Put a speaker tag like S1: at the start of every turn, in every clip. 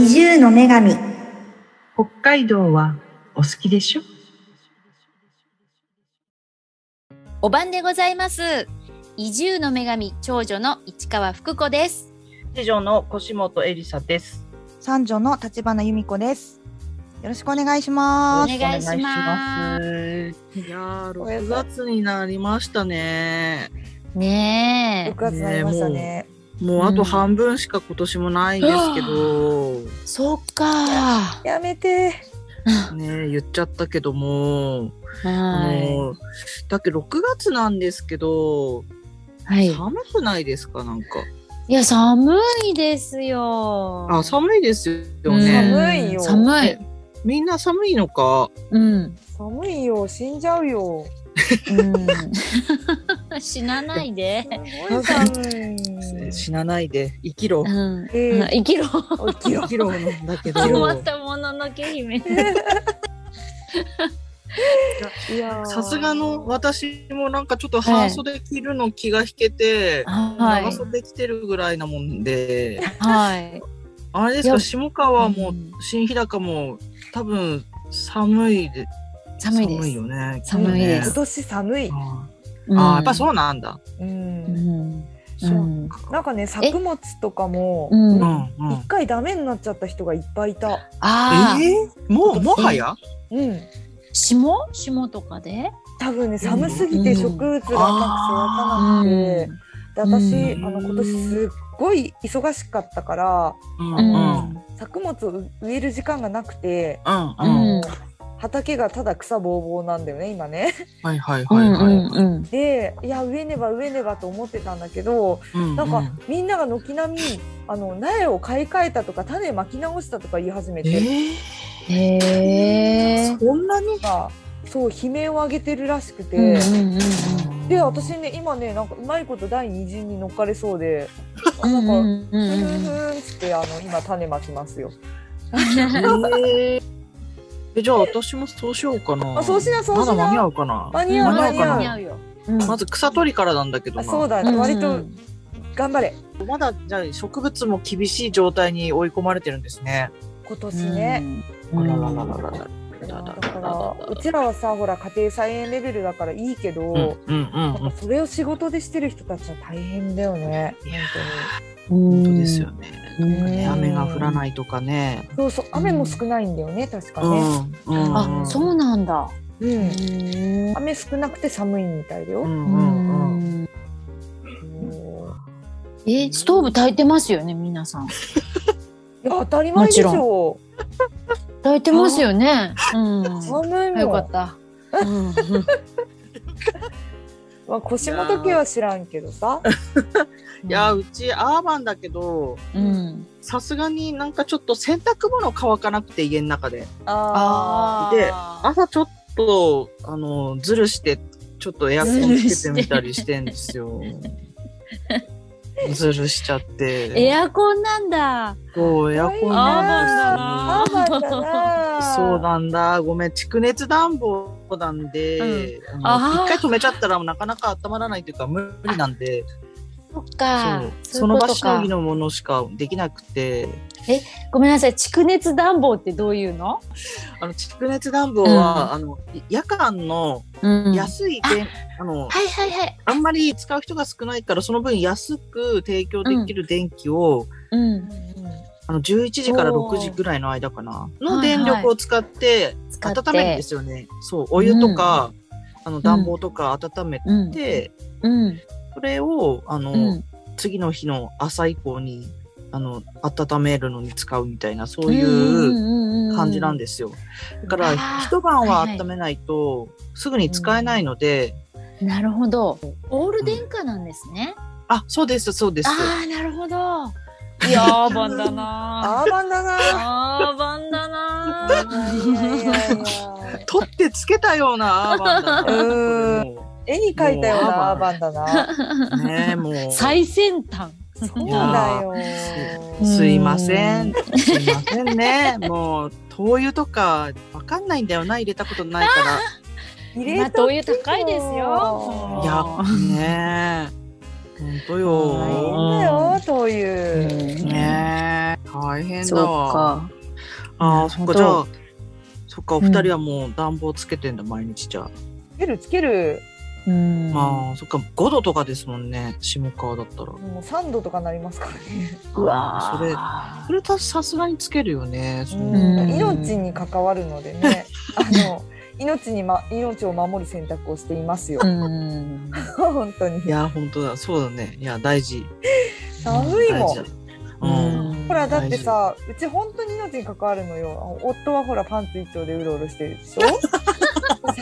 S1: 女神
S2: 北海道はお好きでしょ
S3: お晩でございます。移住の女神長女の市川福子です。
S4: 次女の腰本エリサです。。
S1: 三女の立花由美子ですよろしくお願いし
S3: お
S1: ます
S3: 願いします
S5: いやー、
S1: おやす
S5: 6月になりましたね。
S3: ね
S1: 6月になりましたね
S5: もうあと半分しか今年もないんですけど、
S3: え、そうか。
S1: やめて
S5: ね言っちゃったけども、あ
S3: は
S5: のだけど6月なんですけど、
S3: い。はい。
S5: 寒くないですかなんか。
S3: いや、寒いですよ。
S5: あ、寒いですよ
S3: うん
S5: ね。
S1: 寒いよ
S3: 寒い。
S5: みんな寒いのか。
S3: うん。
S1: 寒いよ死んじゃうよ
S3: うん、死なないで。
S1: ごい寒い
S5: 死なないで生きろ
S3: う。ん。
S1: えー
S3: 生きろ。
S1: 起きよ
S5: 生きろなんだけど。
S3: 終わったもののけ姫。
S1: ういやー
S5: さすがの私もなんかちょっと半袖着るの気が引けて、
S3: は
S5: 長
S3: い。
S5: 袖着てるぐらいなもん で。
S3: はい。
S5: あれです
S3: いや
S5: か下川も
S3: うん
S5: 新日高も多分寒いで
S3: 寒いで
S5: 寒い
S3: す
S5: よ。ね
S3: 寒いで
S1: 今
S3: す
S1: 年寒い
S5: あ
S3: うん
S5: あやっぱそうなんだ
S1: う
S3: うんん。。
S1: そううんなんかね作物とかも
S3: う
S5: うん
S3: ん。
S5: うん
S1: 一回ダメになっちゃった人がいっぱいいた
S3: ああ。
S5: えー、もうもはや
S1: うん
S3: 霜霜とかで
S1: 多分ね寒すぎて植物がうまく育たなくて、
S3: うん
S1: で私、
S3: うん
S1: あの今年すっごい忙しかったから
S5: うん
S3: う
S5: うん
S3: ん
S1: 作物を植える時間がなくて、
S5: うん
S1: あ
S5: うん
S1: の畑がただ草ぼうぼうなんだよね今ね。
S5: はいはいはいはい
S3: うん
S1: でいや植えねば植えねばと思ってたんだけど
S5: うん
S1: なんか、みんなが軒並みあの苗を買い替えたとか種まき直したとか言い始め
S5: え
S1: て、
S3: うん、へえ
S5: ー、そんなに
S1: なんかそう悲鳴を上げてるらしくて。
S3: うん
S1: で私ね今ねなんかうまいこと第二陣に乗っかれそうであ
S3: う
S1: なんん
S3: う
S1: か、
S3: んう
S1: ふん
S3: ん
S1: ふんふ
S3: うん
S1: んっつってあの今種まきますよ。
S5: えーえじゃあ私もそうしようかな
S1: あそうしなそうしな
S5: まだ間に合うかな
S1: 間に合う
S5: 間に合うか
S1: 間に
S5: な
S3: 合うよ、うん
S5: まず草取りからなんだけど
S1: あ
S5: な
S1: そうだ、ね割と頑張れ
S5: まだじゃあ植物も厳しい状態に追い込まれてるんですね
S1: 今年ね。
S3: うんうん
S1: だからうちらはさほら家庭菜園レベルだからいいけど、
S5: うんうん
S1: なんかそれを仕事でしてる人たちは大変だよね
S5: い
S1: 本
S5: や
S3: 本
S5: 本当ですよね。
S3: うん
S5: なんかね
S1: うん
S5: 雨が降らないとかね。
S1: 当に。そうそう雨も少ないんだよね確か
S5: う
S1: ね。
S5: ん
S3: あそうなんだ
S1: うん、
S3: うー
S1: 雨少なくて寒いみたいだよ。
S5: う
S1: うん
S3: ん
S5: うんうん。
S1: ん
S3: えストーブ炊いてますよね皆さん
S1: いや当たり前でしょ。
S3: 炊いてますよねうん
S1: 寒い
S3: よ
S1: もん
S3: かっ。た、うん、
S1: まあ腰元家は知らんけどさ。
S5: いやうちアーバンだけど
S3: うん
S5: さすがになんかちょっと洗濯物乾かなくて家の中で
S1: あ
S5: で朝ちょっとあのズルしてちょっとエアコンつけてみたりしてんです よ。ズルしちゃって。
S3: エアコンなんだ
S5: そうエアコンなん
S1: あ
S5: です
S1: ー。
S5: よ。
S1: アーバンだな。
S5: そう。なんだ。ごめん、蓄熱暖房なんで、あの
S3: あー
S5: 一回止めちゃったらなかなか温まらないというか無理なんで、
S3: そっ
S5: そ
S3: か
S5: う
S3: う
S5: そ
S3: い
S5: の
S3: うこ
S5: 場
S3: と
S5: し
S3: か
S5: のぎのものしかできなくて、
S3: ごめんなさい蓄熱暖房ってどういうの
S5: あの蓄熱暖房は、あのい夜間の
S3: うんはい
S5: 安い電、あの
S3: はいはい。
S5: あんまり使う人が少ないからその分安く提供できる電気を、
S3: うん。
S5: あの11時から
S3: おー
S5: 6時ぐらいの間かな
S3: はいは
S5: の
S3: い
S5: 電力を使って
S3: 使って
S5: 温めるんですよね。そうお湯とか、あの暖房とか温め
S3: うん。
S5: て。
S3: うん。
S5: それをあの、
S3: うん。
S5: 次の日の朝以降にあの温めるのに使うみたいなそう
S3: う
S5: いうう感じなん
S3: で。
S5: ですよ。だから
S3: あー
S5: 一晩は
S3: はいはい
S5: 温めないとすぐに使えないので、
S3: なるほど。オール電化なんですね。
S5: あそうですそうです。
S3: ああ、なるほど。いやー、アーバンだな
S1: アーバンだな。
S3: あーバンだな
S5: 取ってつけたようなアーバンだな
S1: う
S5: こ
S1: 絵に描いたよう
S5: も
S1: な
S5: うア
S1: ア
S5: ー
S1: ー
S5: バ
S1: バンだな。
S5: れもうねもう
S3: 最先端。
S1: そうだよ。
S5: すいませんすいませんねもう灯油とかわかんないんだよな入れたことないから。
S1: 入れ
S3: 今、
S1: と
S3: 灯油高いですよ。
S1: あ
S5: いや、ねえ。ほんと
S1: 大変
S5: よ。
S1: だよという。
S5: ねえ。大変だ
S3: そう
S5: わ。
S3: か。
S5: ああ、そっか、
S3: な
S5: じ
S3: る
S5: ゃ
S3: ほ
S5: あ、そっか、お二人はもう暖房つけてんだ、毎日じゃあ。
S1: つけるつける。
S3: うん
S5: ああ、そっか、5度とかですもんね、下川だったら。
S1: もう3度とかなりますからね。
S3: うわ
S5: それ、それたさすがにつけるよね。その
S3: ん
S1: 命に関わるのでね。あの命にま命を守る選択をしています よ
S3: ー。うん
S1: 本当に
S5: い。や、本当だ、そうだね。いや、大事。
S1: 寒いもん
S5: 大事だうん。
S1: ほらだってさ、うち本当に命に関わるのよ。夫はほらパンツ一丁でうろうろしてるで しょ。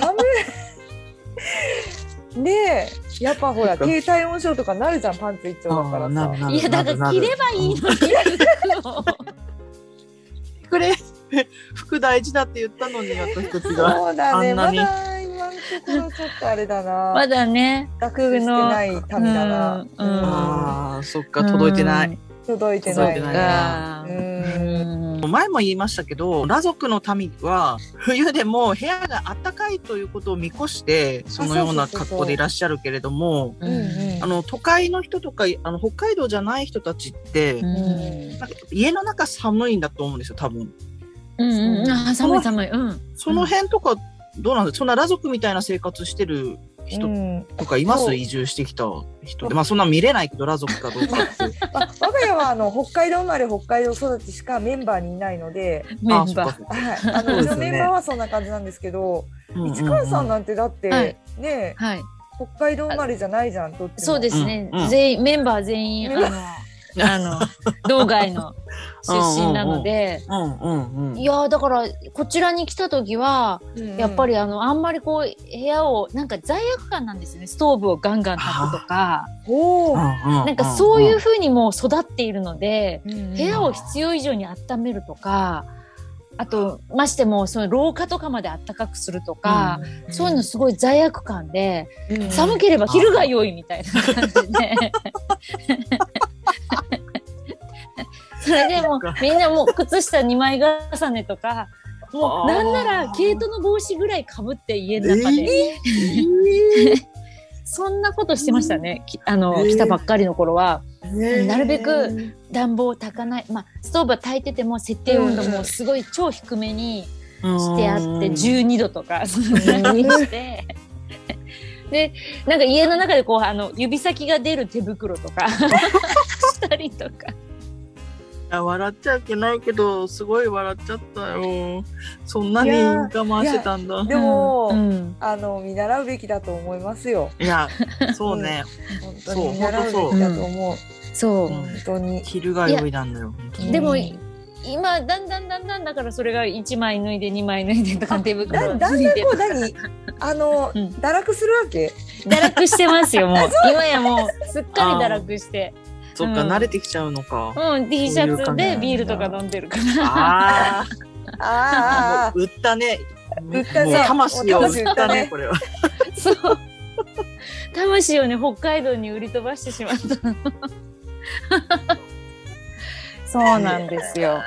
S1: 寒い。 で、やっぱほら低体温症とかなるじゃんパンツ一丁だから
S5: なる
S1: さ。
S5: なる
S3: いやだから着ればいい
S5: なる
S3: のに
S5: うん くれ服大事だって言ったのに私たちが
S1: そうだね。
S5: あ
S1: ま
S5: んなに
S1: だ今のところちょっとあれだな。
S3: まだね
S1: 学習してない民だな。
S3: うんうん
S5: ああそっか届いてない、
S1: 届いて
S5: そう
S1: な
S5: だ
S1: い。
S5: よね
S3: か
S1: うん
S5: 前も言いましたけど羅族の民は冬でも部屋が暖かいということを見越してそのような格好でいらっしゃるけれども
S1: うんうん
S5: あの都会の人とかあの北海道じゃない人たちって、
S3: うん
S5: なんか家の中寒いんだと思うんですよ多分
S3: うんうんあー寒い寒いうん
S5: その辺とかどうなんですかそんな羅族みたいな生活してる人
S1: うん
S5: とかいま
S1: そ
S5: す
S1: う
S5: 移住してきた人でまあそんな見れないけど羅族かどうかって
S1: まあ我が家はあの北海道生まれ北海道育ちしかメンバーにいないので、
S3: メン
S5: そっ
S3: バ
S5: か
S3: ー
S5: そっか
S1: はい、あ
S5: そう
S1: のう
S5: で
S1: ち
S5: す
S1: の
S5: ね
S1: メンバーはそんな感じなんですけど、
S5: うんうんうん
S1: 市川さんなんてだって、
S3: はい
S1: ねえ
S3: はい
S1: 北海道生まれじゃないじゃんどっちも
S3: そうですね
S5: うんうん
S3: 全員メンバー全員 あのあの道外の出身なので
S5: うんうんうん
S3: いやーだからこちらに来た時は
S1: うん
S3: やっぱりあのあんまりこう部屋をなんか罪悪感なんですよねストーブをガンガン炊くとか
S1: おー
S5: な
S3: なんかそういう風にもう育っているので
S1: うん
S3: 部屋を必要以上に温めるとかあとましてもその廊下とかまで暖かくするとか、そういうのすごい罪悪感で、
S1: うん
S3: 寒ければ昼が良いみたいな感じで。それでもみんなもう靴下2枚重ねとかもうなんなら毛糸の帽子ぐらいかぶって家の中で、 そんなことしてましたね、きあの、
S5: えー
S3: 来たばっかりの頃はなるべく
S5: く
S3: 暖房を炊かない、まあ、ストーブは炊いてても設定温度もすごい超低めにしてあって、12度とかそんなにして。でなんか家の中でこうあの指先が出る手袋とかしたりとか
S5: 笑っちゃいけないけどすごい笑っちゃったよそんなに
S1: いや
S5: 我慢してたんだ
S1: でも、
S3: うん
S1: あの見習うべきだと思いますよ
S5: いやそうね
S1: 本当に見習
S5: そうう
S1: べきだと思う
S3: そ
S5: う
S3: う、
S5: ん
S1: 本当に
S5: 昼が良いなんだよ本当に
S3: でも
S1: うん
S3: 今だんだんだんだんだからそれが1枚脱いで2枚脱いでとか手袋
S1: だだんだん
S3: ついて
S1: こう何あの、
S3: うん
S1: 堕落するわけ
S3: 堕落してますよもう今やもうすっかり堕落して
S5: そっか
S3: うん
S5: 慣れてきちゃうの か
S3: うん T シ
S5: そ
S3: ャ
S5: ういう感
S3: ツ
S5: じなん
S3: で
S5: だ
S3: ビールとか飲んでるから
S5: あ
S1: あーあーあ
S5: あ
S1: ー
S5: 売ったね
S1: 売ったね
S5: もう魂を
S1: もう
S5: 売
S1: 魂
S5: った
S1: 売った
S5: ね
S1: ね
S5: これは
S3: そう 魂をね北海道に売り飛ばしてしまったの そうなんですよ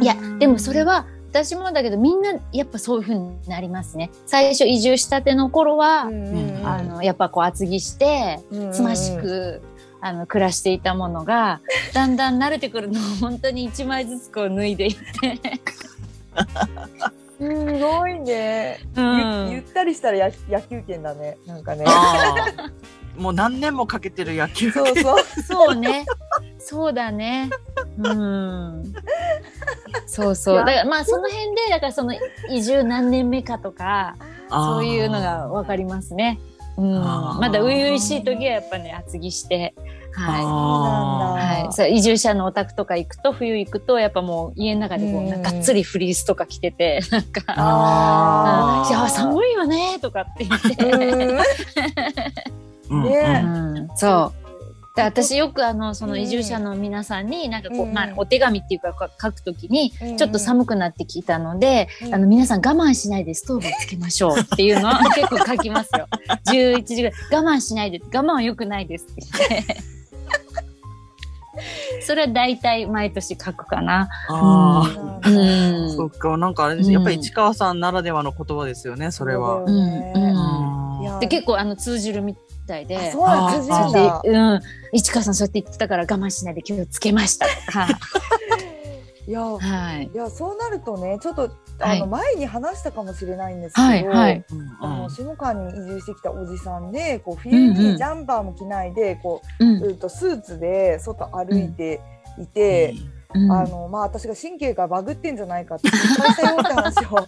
S3: いやでもそれは私もだけどみんなやっぱそういう風になりますね最初移住したての頃は、
S1: うん
S5: うん
S3: あのやっぱこう厚着してつましく、あの暮らしていたものがだんだん慣れてくるのを本当に1枚ずつこう脱いでいって、
S1: うんすごいね、
S3: う
S1: ゆ
S3: ん
S1: ゆったりしたらや野球拳だねなんかね
S5: あーもう何年もかけてる野球
S1: そうそう
S3: そうねそうだねうんそうそうだからまあその辺でだからその移住何年目かとかそういうのが分かりますね。うん、
S5: あー
S3: まだ初々しい時はやっぱね厚着して、はい、
S5: あー
S3: はい、そう移住者のお宅とか行くと冬行くとやっぱもう家の中でこ
S1: う
S3: うんなんかがっつりフリースとか着ててなんか
S1: あ
S3: 「
S1: ー
S3: いやー寒いよね」とかって言って、
S1: うん
S5: うんうん
S1: ね
S3: そうで私よくあのその移住者の皆さんになんかこう、
S1: うん
S3: まあ、お手紙っていうかか書くときに
S1: うん
S3: ちょっと寒くなってきたので、
S1: うん
S3: あの皆さん我慢しないでストーブつけましょうっていう のは結構書きますよ11時ぐらい我慢しないで我慢は良くないですって 言って。それは大体毎年書くかな。
S5: あー
S1: なん
S3: う
S1: だ
S3: ん。
S5: そっか、なんかあれです、やっぱり
S3: うん
S5: 市川さんならではの言葉ですよね、それ
S1: そ
S5: は。
S1: うだよ
S3: うん
S1: ね
S5: うん
S1: いや
S3: で結構あの通じるみたい
S1: あ
S3: で。
S1: そうなんだ通じるん
S3: で
S1: だ、
S3: うん、市川さんそうやって言ってたから我慢しないで気をつけましたとか
S1: いや、
S3: はい。
S1: いや、そうなるとね、ちょっと、あ
S3: はい
S1: の、前に話したかもしれないんですけど。
S3: はい。はい。
S1: あの下川に移住してきたおじさんでこうフィ
S3: うんうん
S1: リピンジャンバーも着ないでこ
S3: う
S1: う、
S3: ん。
S1: うん、とスーツで外歩いていて、
S3: うん
S1: あのまあ、私が神経がバグってんじゃないかって心配したよって話をし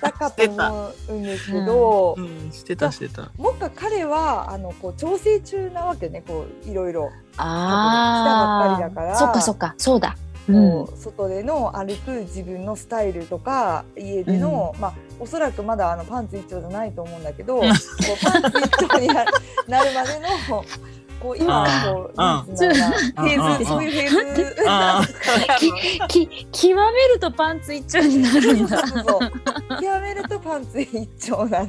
S1: たかと思うんですけど、
S5: うん、してたしてた。
S1: もっか彼はあのこう調整中なわけねこういろいろ、
S3: あ
S1: 来た
S3: あ。
S1: ばっかりだから
S3: そっかそっか。そうだ。
S1: こう外での歩く自分のスタイルとか家での、まあ、おそらくまだあのパンツ一丁じゃないと思うんだけどこうパンツ一丁になるなるまでのこう今こう
S5: あ
S1: リーズナ
S5: あ
S1: ブルなフェーズ
S5: あ
S1: そういうフェーズ。
S5: あ
S3: き極めるとパンツ一丁になるんだ。
S1: そうそうそう。極めるとパンツ一丁 なんだ。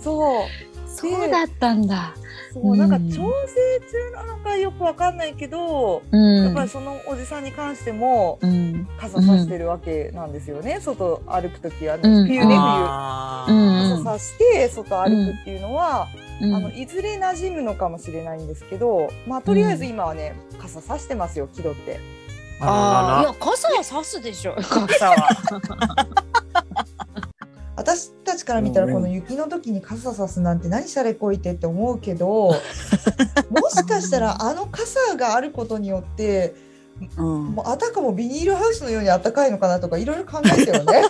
S1: そう。
S3: そうだったんだ。
S1: そうなんか
S3: うん
S1: 調整中なのかよくわかんないけど、
S3: うん。
S1: やっぱりそのおじさんに関しても
S3: うん。
S1: 傘さしてるわけなんですよね。外歩くときは、ね
S3: うん
S1: 冬ね
S5: あ
S3: う
S5: ー
S1: 冬。
S3: ん
S1: 傘さして外歩くっていうのは、
S3: うん
S1: あのいずれ馴染むのかもしれないんですけど、まあとりあえず今はね傘さしてますよ気取って。
S3: い
S5: あ
S3: や傘は差すでしょ。
S4: 傘は。
S1: 私たちから見た
S5: う
S1: ら
S5: ん
S1: この雪の時に傘さすなんて何しゃれこいてって思うけどもしかしたらあの傘があることによって
S5: らら。うん
S1: もうあたかもビニールハウスのように暖かいのかなとかいろいろ考えてよね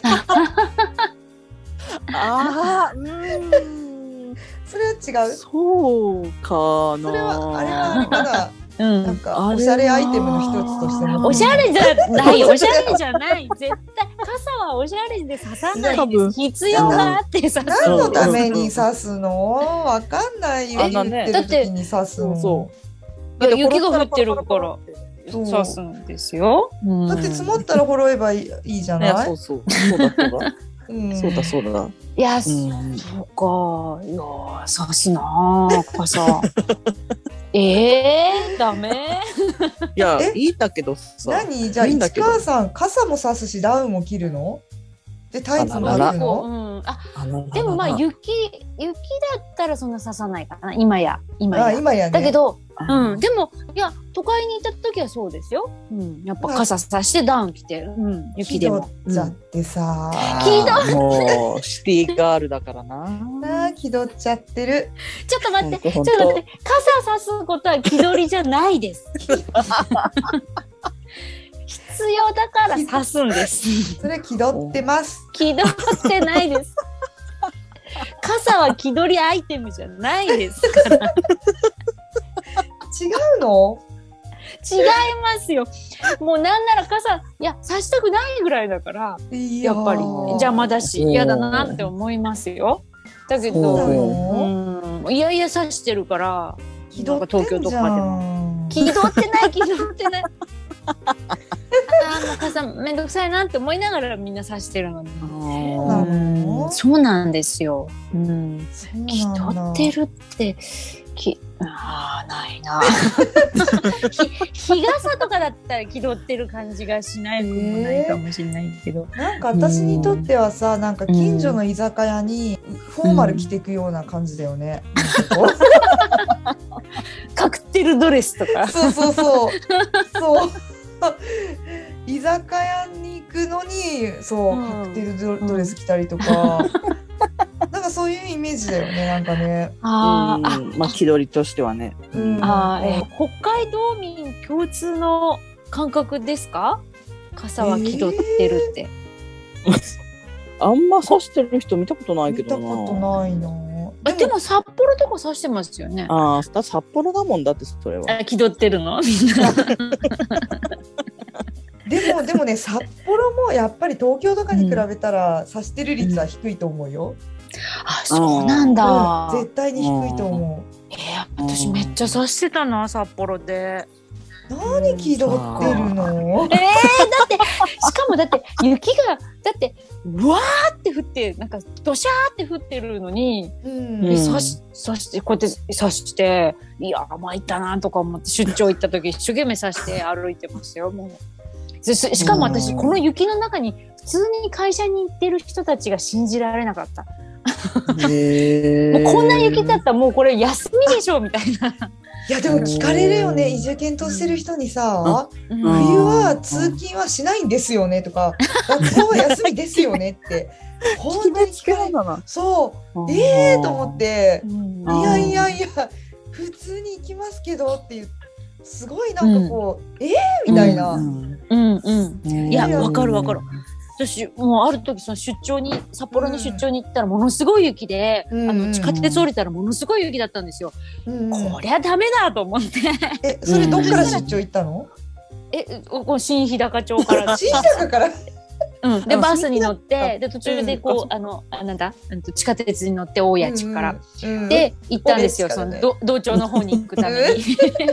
S5: ああ、うん。
S1: それは違うそ
S5: そうかな。
S1: れはあれはまだ
S3: う
S1: なん
S3: ん。
S1: か
S5: あれは
S1: おしゃれアイテムの一つとしても
S3: おしゃれじゃない、おしゃれじゃない、絶対傘はおしゃれで刺さない
S5: 多分
S3: です。必要があって刺す。
S1: 何のために刺すのわかんないよ
S4: あん
S1: 言
S4: な
S1: っ
S4: ね
S1: てる時に刺すの
S5: そうそ
S3: いや雪が降ってるから
S1: そう
S3: 刺すんですよ。
S1: だって積もったら揃えばいいいいじゃ
S5: いや
S1: な
S5: そ
S1: いう
S5: そう。そうだそうだ。
S1: うん
S5: そうだそうだ。
S3: いや、そ
S5: うん
S3: うか、いやー、刺すなー、傘。 えー、ダメ。
S5: いや
S1: え
S5: いいんだけどさ。
S1: 何じゃあ
S5: いいんだ
S1: 市
S5: けど
S1: 川さん傘も差すしダウンも着るのでタイツも
S5: あ
S1: 履
S5: らら
S1: く
S3: こう
S1: の
S3: うん、あ、
S5: あの
S3: でもまあ、
S5: あ
S3: 雪、雪だったら、そんな刺さないかな、今や、今
S1: あ
S3: や。
S1: 今やね
S3: だけど、
S5: の
S3: うん、でもいや都会に行った時はそうですよ、うん、やっぱ傘さしてダウン着て、うん、雪でも
S1: 気取っちゃってさ、
S3: 気取
S5: もうシティガールだからな。
S1: なあ気取っちゃってる
S3: ちょっと待ってち
S5: 本
S3: ょっ
S5: 当
S3: と待って傘さすことは気取りじゃないです必要だからさすんです
S1: それ気取ってます
S3: 気取ってないです傘は気取りアイテムじゃないですから
S1: 違うの
S3: 違いますよもうなんなら傘いやさしたくないぐらいだから
S1: い
S3: や
S1: や
S3: っぱり邪魔だし
S5: うん
S3: 嫌だなって思いますよだけ
S1: そうな
S3: ど
S1: の
S3: うんいやいや刺してるから
S1: 気取ってんじゃ
S3: なんか東京とかで
S1: ん
S3: 気取って ない気取ってないあーもう母さんめんどくさいなって思いながらみんな刺してるのに
S1: そうなの
S3: うんそうなんですよ、うん、
S1: そう
S3: 気
S1: なんだ
S3: 取ってるってきあーないなひ 日傘とかだったら気取ってる感じがしないくもないかもしれないけど、
S1: なんか私にとってはさなんか近所の居酒屋にフォーマル着てくような感じだよ ね、なんかこ
S3: カクテルドレスとか
S1: うそうそうそうそう居酒屋に行くのにそう、
S3: うん
S1: カクテルドドレス着たりと か、なんかそういうイメージだよねなんかね、
S3: あーあ
S5: うんまあ気取りとしてはね。
S1: うん
S3: あーえー北海道民共通の感覚ですか傘は気取ってるって、
S5: あんま刺してる人見たことないけ
S1: 見た
S5: どな。
S1: ことないな
S3: あでも札幌とか指してますよね
S5: ああ、だ札幌だもんだってそれは。
S3: あ気取ってるのみんな
S1: でもでもね札幌もやっぱり東京とかに比べたら差してる率は低いと思うよ、
S3: あそうなんだ、
S1: うん絶対に低いと思
S3: えー私めっちゃ指してたな札幌で
S1: う、何気取ってるの
S3: えー、だってしかもだって雪がだってうわーって降ってなんかドシャーって降ってるのに、
S1: うん
S3: え
S5: うん
S3: 刺し刺してこうやって刺していやー参ったなとか思って出張行った時一生懸命刺して歩いてますよもうしししかも私
S5: うん
S3: この雪の中に普通に会社に行ってる人たちが信じられなかった
S5: へ
S3: もう
S5: ー
S3: こんな雪だったらもうこれ休みでしょみたいな
S1: いやでも聞かれるよね移住検討してる人にさ
S3: うん
S5: うん
S1: 冬は通勤はしないんですよねと か学校は休みですよねって本当に聞かれる
S6: な。
S1: そう
S5: うん
S1: ええー、と思って
S3: うん
S5: あー
S1: いやいやいや普通に行きますけどっていうすごいなんかこう、ええー、みたいな、
S5: うん
S3: うんうん
S5: うん
S3: いや
S1: わ
S3: かるわかる私もうある時その出張に札幌の出張に行ったらものすごい雪で、
S1: うん
S3: あ
S1: うん
S3: の地下鉄降りたらものすごい雪だったんですよ。
S1: うん
S3: こりゃダメだと思って
S1: えそれどっから出張行ったの、
S3: えここ新日高町から
S1: 新高から
S3: うん、で
S5: うん
S3: バスに乗って
S5: う
S3: で途中でこう、あのあなんだ、うんと、地下鉄に乗って大谷地から、、
S1: うんうん、
S3: で行ったんですよ、
S1: 大
S3: そ
S1: 谷
S3: の
S1: 地
S3: ど道庁の方に行くため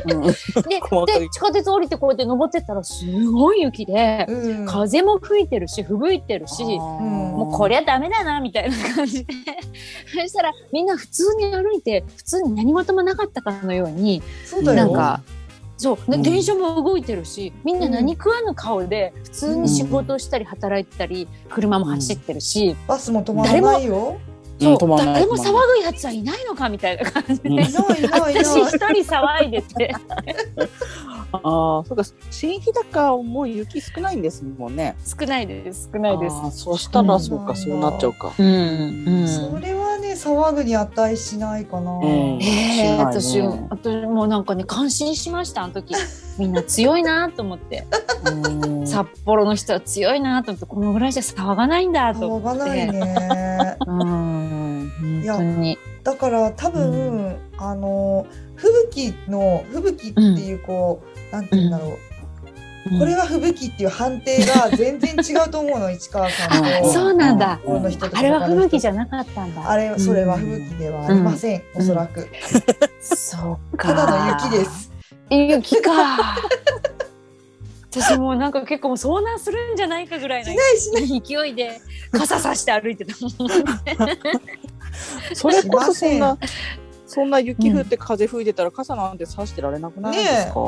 S3: に。で
S5: 怖い
S3: で地下鉄降りてこうやって登ってったらすごい雪で、
S1: うん、
S3: 風も吹いてるし吹雪いてるし。もうこりゃダメだなみたいな感じで そしたらみんな普通に歩いて普通に何事もなかったかのように
S1: そうだよ
S3: なんかそう、
S5: う
S3: ね
S5: ん
S3: 電車も動いてるしみんな何食わぬ顔で普通に仕事をしたり働いてたり車も走ってるし、
S1: バスも止まらないよ
S5: うん
S3: そ
S5: 止
S3: う
S5: まらない
S3: 誰も騒
S5: 止ま
S3: ぐやつはいないのかみたいな感じで、
S5: うん
S1: いないいないいない
S3: 私一人騒いでて
S6: ああ、そうか。新日高も雪少ないんですもんね。
S3: 少ないです少ないです。
S6: あーそしたら、そう
S1: う
S6: か、
S1: ん
S6: そうなっちゃうか。
S3: うんうん
S1: それはね騒ぐに値しないかな、
S6: うん
S3: ええ
S6: しないね
S3: 私も私もなんかね感心しましたあの時みんな強いなと思って。
S6: さ
S3: 札幌の人は強いなと思ってこのぐらいじゃ騒がないんだと
S1: 騒
S3: 思
S1: が
S3: っ
S1: な
S3: て
S1: いね
S3: うん
S1: い
S3: 本
S1: や
S3: 当に
S1: だから多分、あの吹雪の吹雪っていうこう、なんて言うんだろう、これは吹雪っていう判定 が全然違うと思うの市川さん
S3: あ
S1: と
S3: そうなんだ
S1: この人とか
S3: あれは吹雪じ
S1: ゃ
S3: ゃなかったんだ
S1: あれそれは吹雪ではありません、
S3: うん
S1: おそらく
S3: そうか
S1: ただの雪です
S3: 雪か 私もうなんか結構もう遭難するんじゃないかぐらいの
S1: しないしない
S3: 勢いで傘さして歩いてた もん
S6: それこそそ
S1: しません
S6: んなそんな雪降って風吹いてたら傘なんて差してられなくないですか？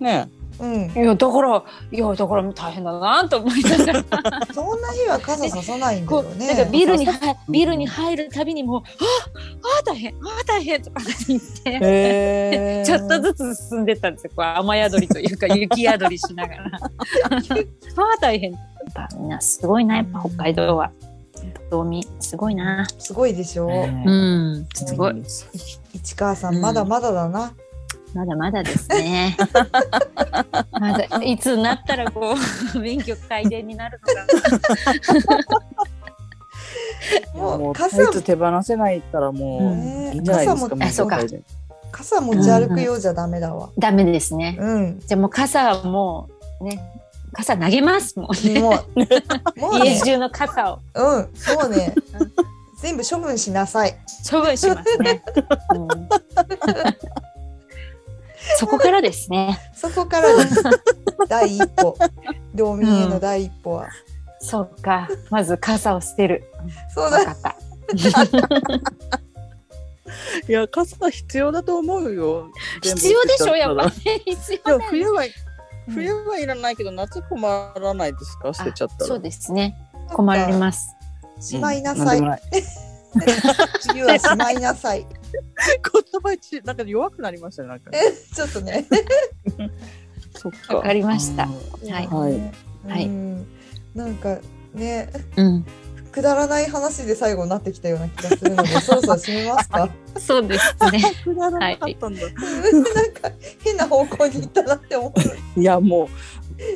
S6: ね
S1: うん
S3: いやだからいやだから大変だなと思いながら
S1: そんな日は傘ささないんだ
S3: こ
S1: よ
S3: うなんか
S1: ね。
S3: ビルに入ビルに入るたびにもう「あああ大変ああ大変」とか言って。
S6: え。へー
S3: ちょっとずつ進んでったんですよ。こう雨宿りという か雪宿りしながら。ああ大変。やっぱみんなすごいなやっぱ北海道は。道民すごいな。
S1: すごいでしょ。
S3: うんすごい。
S1: い市川さ
S3: うんん
S1: まだまだだな。
S3: まだまだです ね。まだいつになったらこ う免許改善になるのか
S6: いや
S1: も
S6: も
S1: う
S6: う
S1: 傘
S6: タイツ手放せないったらも
S1: ね
S6: ういいんじゃないですか。
S1: 傘
S3: もあそうか
S6: もう
S1: 傘持ち歩くようじゃダメだわ。
S3: ダメですね。
S1: うん。
S3: じゃあもう傘はもうね傘投げますもう。
S1: もう もう
S3: 家
S1: ね。
S3: 中の傘を
S1: うん。もうね。全部処分しなさい。
S3: 処分しますね。 うんそこからですね。
S1: そこから です第一歩。道民への第一歩は。
S3: そうか。まず傘を捨て る。
S1: そう
S3: わ
S1: だ。
S3: かった。
S6: いや傘必要だと思うよ。
S3: 必要でしょやっぱ。必
S6: い
S3: 要
S6: や
S3: だよ
S6: 冬は冬はいらないけど夏困らないですか捨てちゃった
S3: そう
S6: ら。
S3: ですね。困ります。
S1: しまいな
S6: うん
S1: さい
S6: んでも。ない
S1: 次はしまいなさい。
S6: 言葉一なんか弱くなりましたねなんか。
S1: ちょっとね。
S6: そっか。
S3: わかりました。はい
S6: はい。
S3: はい
S1: うん。なんかね。
S3: うん。
S1: くだらない話で最後になってきたような気がする ので、そろそろ締めますか。
S3: そうですね。
S6: くだらなかったんだ。
S1: なんか変な方向に行ったなって思う。
S6: い、やも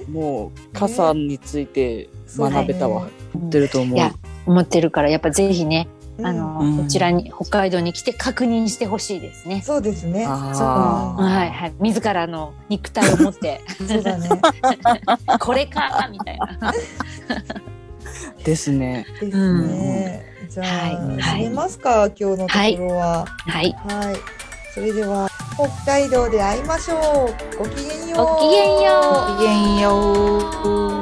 S6: うもう傘について学べたわ。
S1: そう
S6: 言ってると思う。
S3: いや 思ってるからやっぱぜひね、
S1: うん
S3: あの、
S6: うん
S3: こちらに北海道に来て確認してほしいですね。
S1: そうですね。
S6: あー
S3: はいはい。自らの肉体を持 って
S1: そうだね。
S3: これかみたいな。
S6: ですね。
S1: ですね。じゃあ、
S3: はい
S1: 締めますか、今日のところは。
S3: はい。
S1: はい。それでは北海道で会いましょう。ごきげんよう。
S3: ごきげんよう。
S5: ごきげんよう。